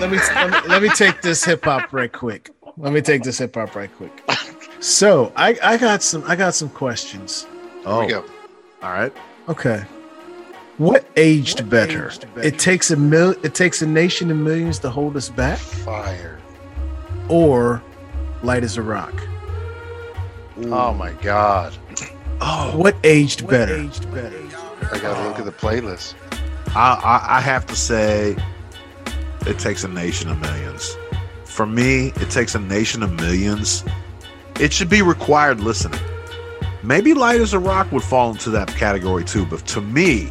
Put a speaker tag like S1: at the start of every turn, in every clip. S1: let me let me, let me take this hip hop right quick. Let me take this hip hop right quick. So I I got some I got some questions.
S2: Oh.
S3: Here we go.
S2: all right.
S1: Okay. What aged,
S2: What
S1: better?
S2: aged better?
S1: It takes a mil- it takes a nation of millions to hold us back
S3: Fire.
S1: or light as a rock.
S3: Oh my god.
S2: Oh,
S1: What aged better?
S3: I gotta look at the playlist.
S2: I, I I have to say, it takes a nation of millions. For me, it takes a nation of millions. It should be required listening. Maybe Light as a Rock would fall into that category too, but to me,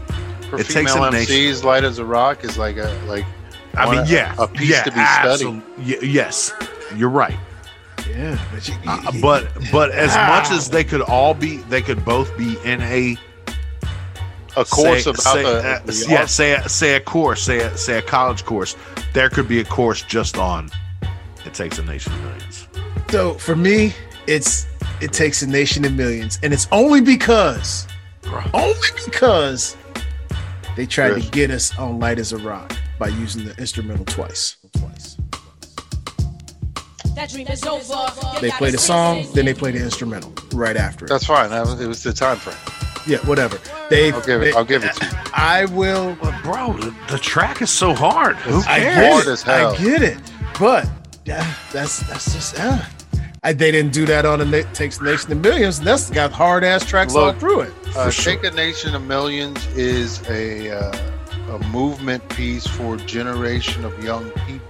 S3: For
S2: It takes
S3: female
S2: a
S3: MCs,
S2: nation.
S3: Light as a Rock is like a like
S2: I
S3: Wanna-
S2: mean, yeah,
S3: a piece
S2: yeah,
S3: to be studied.
S2: absol- y- yes, you're right.
S1: Yeah, but you,
S2: Uh, but but as much as they could all be, they could both be in a
S3: a course
S2: say,
S3: about
S2: say,
S3: the,
S2: uh,
S3: the
S2: yeah,
S3: art.
S2: say a, say a course, say a, say a college course. There could be a course just on it takes a nation of millions.
S1: so for me, it's it takes a nation of millions, and it's only because only because they tried to
S3: Yes.
S1: get us on light as a rock by using the instrumental twice. Twice.
S4: That dream is over.
S1: They played a song, then they played the instrumental right after. it.
S3: That's fine. That was- it was the time frame.
S1: yeah, whatever. They.
S3: I'll give it.
S1: they-
S3: I'll give it to you.
S1: I will.
S2: But bro, the, the track is so hard. Who
S1: I
S2: cares?
S1: get
S3: hard
S1: it.
S3: as hell.
S1: I get it. But yeah, that's that's just uh, I, they didn't do that on the Na- takes the nation of millions. And that's got hard ass tracks all
S3: Look.
S1: through it.
S3: Uh,
S2: sure.
S3: Take a Nation of Millions is a uh, a movement piece for a generation of young people.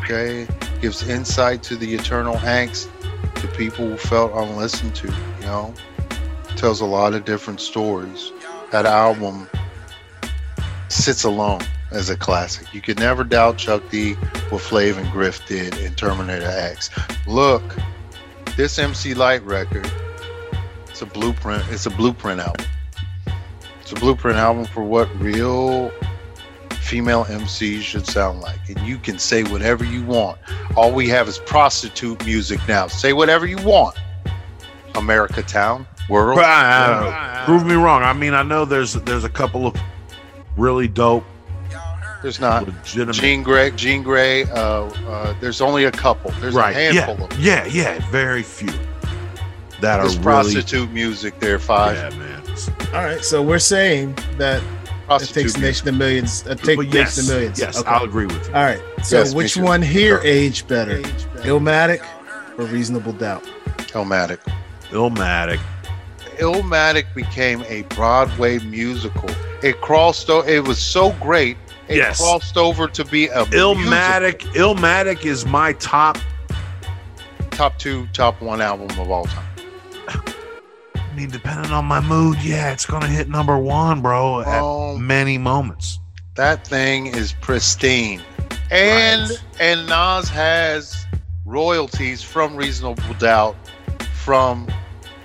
S3: Okay, gives insight to the eternal angst that people felt unlistened to. You know, tells a lot of different stories. That album sits alone as a classic. You could never doubt Chuck D what Flav and Griff did in Terminator X. Look, this MC Light record it's a blueprint. It's a blueprint album. It's a blueprint album for what real female MCs should sound like. And you can say whatever you want. All we have is prostitute music now. Say whatever you want. America Town, World.
S2: But I- I don't know. Prove me wrong. I mean, I know there's there's a couple of really dope,
S3: There's not.
S2: legitimate.
S3: Jean Grey. Jean Grey. Uh, uh, there's only a couple. There's
S2: right?
S3: a handful
S2: yeah,
S3: of them.
S2: yeah, yeah. Very few that
S3: There's
S2: are really.
S3: prostitute music there. Five
S2: Yeah, man.
S1: All right, so we're saying that it
S3: prostitute
S1: takes the
S3: music.
S1: nation of millions. Uh, take
S2: But
S1: takes
S2: yes,
S1: the millions.
S2: yes,
S1: Okay.
S2: I'll agree with you.
S1: All right. So
S3: Yes, me
S1: which
S3: too.
S1: one here
S3: Sure.
S1: aged better? Illmatic or Reasonable Doubt?
S3: Illmatic.
S2: Illmatic.
S3: Illmatic became a Broadway musical. It crossed over. It was so great. It
S2: Yes.
S3: crossed over to be a
S2: Illmatic.
S3: musical.
S2: Illmatic is my top.
S3: top two, top one album of all time.
S2: I mean, depending on my mood, yeah, it's gonna hit number one, bro.
S3: Oh.
S2: At many moments.
S3: That thing is pristine, and
S2: Right.
S3: and Nas has royalties from Reasonable Doubt, from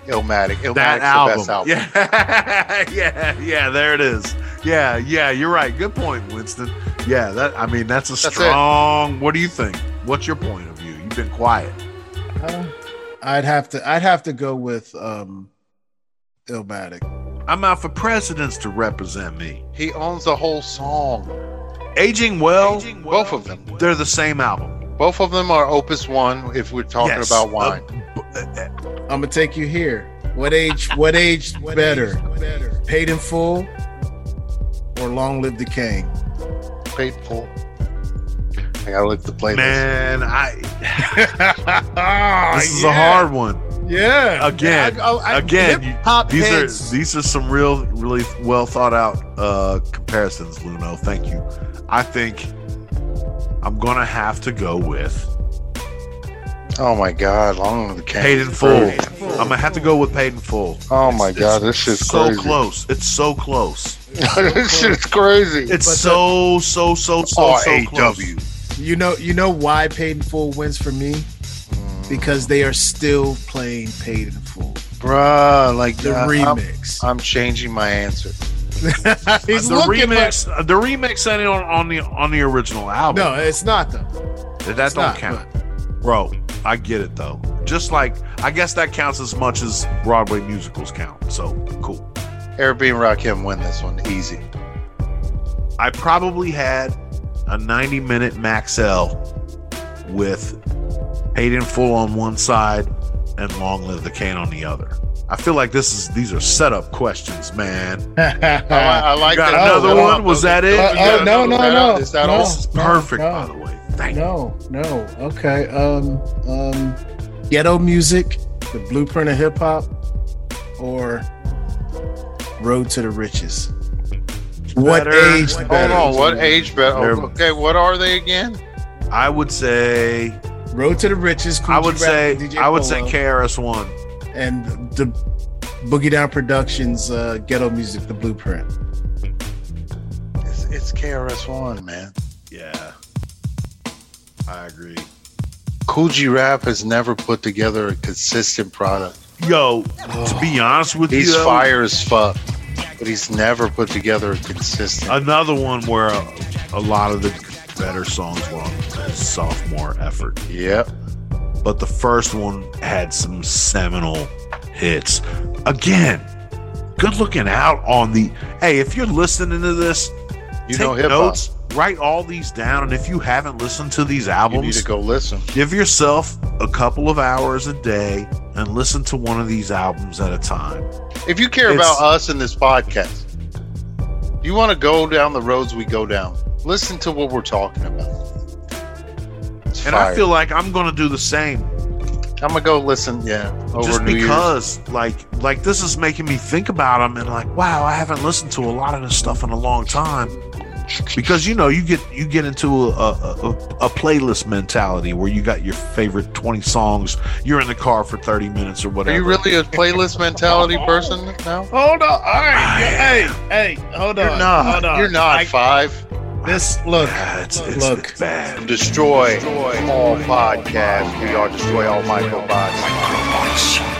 S3: Illmatic. Illmatic's
S2: that
S3: the
S2: album.
S3: best album.
S2: Yeah, yeah, yeah. There it is. Yeah, yeah. You're right. Good point, Winston. Yeah, that. I mean, that's a
S3: That's it.
S2: strong. What do you think? What's your point of view? You've been quiet.
S1: Uh, I'd have to. I'd have to go with um, Illmatic.
S2: I'm out for presidents to represent me.
S3: He owns the whole song.
S2: Aging well.
S3: Both of them.
S2: They're the same album.
S3: Both of them are Opus One. If we're talking
S2: Yes.
S3: about wine,
S2: Uh, b- uh, uh,
S1: I'm gonna take you here. What age? What age better? Paid in full, or long live the king?
S3: faithful. I gotta look at the playlist.
S2: man, I. This is a
S1: Yeah.
S2: hard one.
S1: Yeah.
S2: Again,
S1: I- I- I-
S2: again. you-
S1: hip-hop
S2: these
S1: heads.
S2: are these are some real, really well thought out uh, comparisons, Luno. Thank you. I think I'm gonna have to go with
S3: Oh my God! Long live the king.
S2: Paid in Full. I'm gonna have to go with Paid in Full.
S3: Oh my
S2: It's-
S3: God! This
S2: it's
S3: shit's
S2: so
S3: crazy.
S2: close. It's so close.
S3: this shit's crazy.
S2: It's so so so so
S3: R
S2: so
S3: A
S2: close.
S3: W.
S1: You know. You know why paid in full wins for me? Because they are still playing paid in full.
S3: Bruh, like
S1: The
S3: uh, I'm,
S1: remix.
S3: I'm changing my answer.
S1: He's
S2: the
S1: looking
S2: remix, the remix ain't on, on the on the original
S1: like-
S2: album.
S1: no, it's not though.
S2: that
S1: it's
S2: don't
S1: not,
S2: count, bro. I get it though. Just like I guess that counts as much as Broadway musicals count. So cool.
S3: Airbnb Rakim win this one easy.
S2: I probably had a 90 minute max L with Hayden Full on one side and Long Live the Cane on the other. I feel like this is these are setup questions, man.
S3: I, li- I like
S2: You got
S3: that
S2: another
S3: setup.
S2: one? Was that it?
S3: You
S2: Uh,
S3: got
S2: uh,
S1: no,
S3: another
S1: no, no.
S3: setup? Is that
S1: No.
S3: all?
S2: This is perfect,
S1: no.
S2: by the way. Thank you.
S1: no, no. Okay. Um, um, ghetto music, the blueprint of hip hop, or Road to the Riches. What
S2: Better-
S1: age?
S2: Hold
S3: Hold
S1: better?
S3: on. What age bet? oh,
S2: They're-
S3: Okay, what are they again?
S2: I would say
S1: Road to the Riches.
S2: I
S1: Coogee
S2: would
S1: Rap,
S2: say
S1: DJ
S2: I would say
S1: Polo,
S2: KRS One.
S1: and the Boogie Down Productions uh, ghetto music, the blueprint.
S3: It's, it's KRS One, man.
S2: Yeah, I agree.
S3: Cool G Rap has never put together a consistent product.
S2: Yo, to be honest with
S3: He's
S2: you, though,
S3: fire as fuck, but he's never put together a consistent.
S2: Another one where a, a lot of the better songs were on his sophomore effort,
S3: yep.
S2: but the first one had some seminal hits. Again, good looking out on the. Hey, if you're listening to this,
S3: You
S2: take
S3: know hip hop.
S2: notes. Write all these down, and if you haven't listened to these
S3: You need
S2: albums,
S3: to go listen.
S2: Give yourself a couple of hours a day and listen to one of these albums at a time.
S3: If you care
S2: It's-
S3: about us and this podcast, you want to go down the roads we go down. Listen to what we're talking about. It's
S2: And I
S3: fire.
S2: feel like I'm going to do the same
S3: I'm gonna go listen. Yeah, over
S2: just
S3: New Year's.
S2: because like like this is making me think about them and like wow, I haven't listened to a lot of this stuff in a long time. Because you know, you get you get into a, a, a, a playlist mentality where you got your favorite 20 songs, you're in the car for 30 minutes or
S3: Are
S2: whatever.
S3: you really a playlist mentality person now?
S1: Hold on. All right.
S2: I
S1: Hey, hold
S3: You're not. You're not five.
S1: This look.
S2: Yeah, it's, it's
S1: Look.
S2: bad.
S3: Destroy all podcasts. We are destroy all microbots.
S4: Microbots.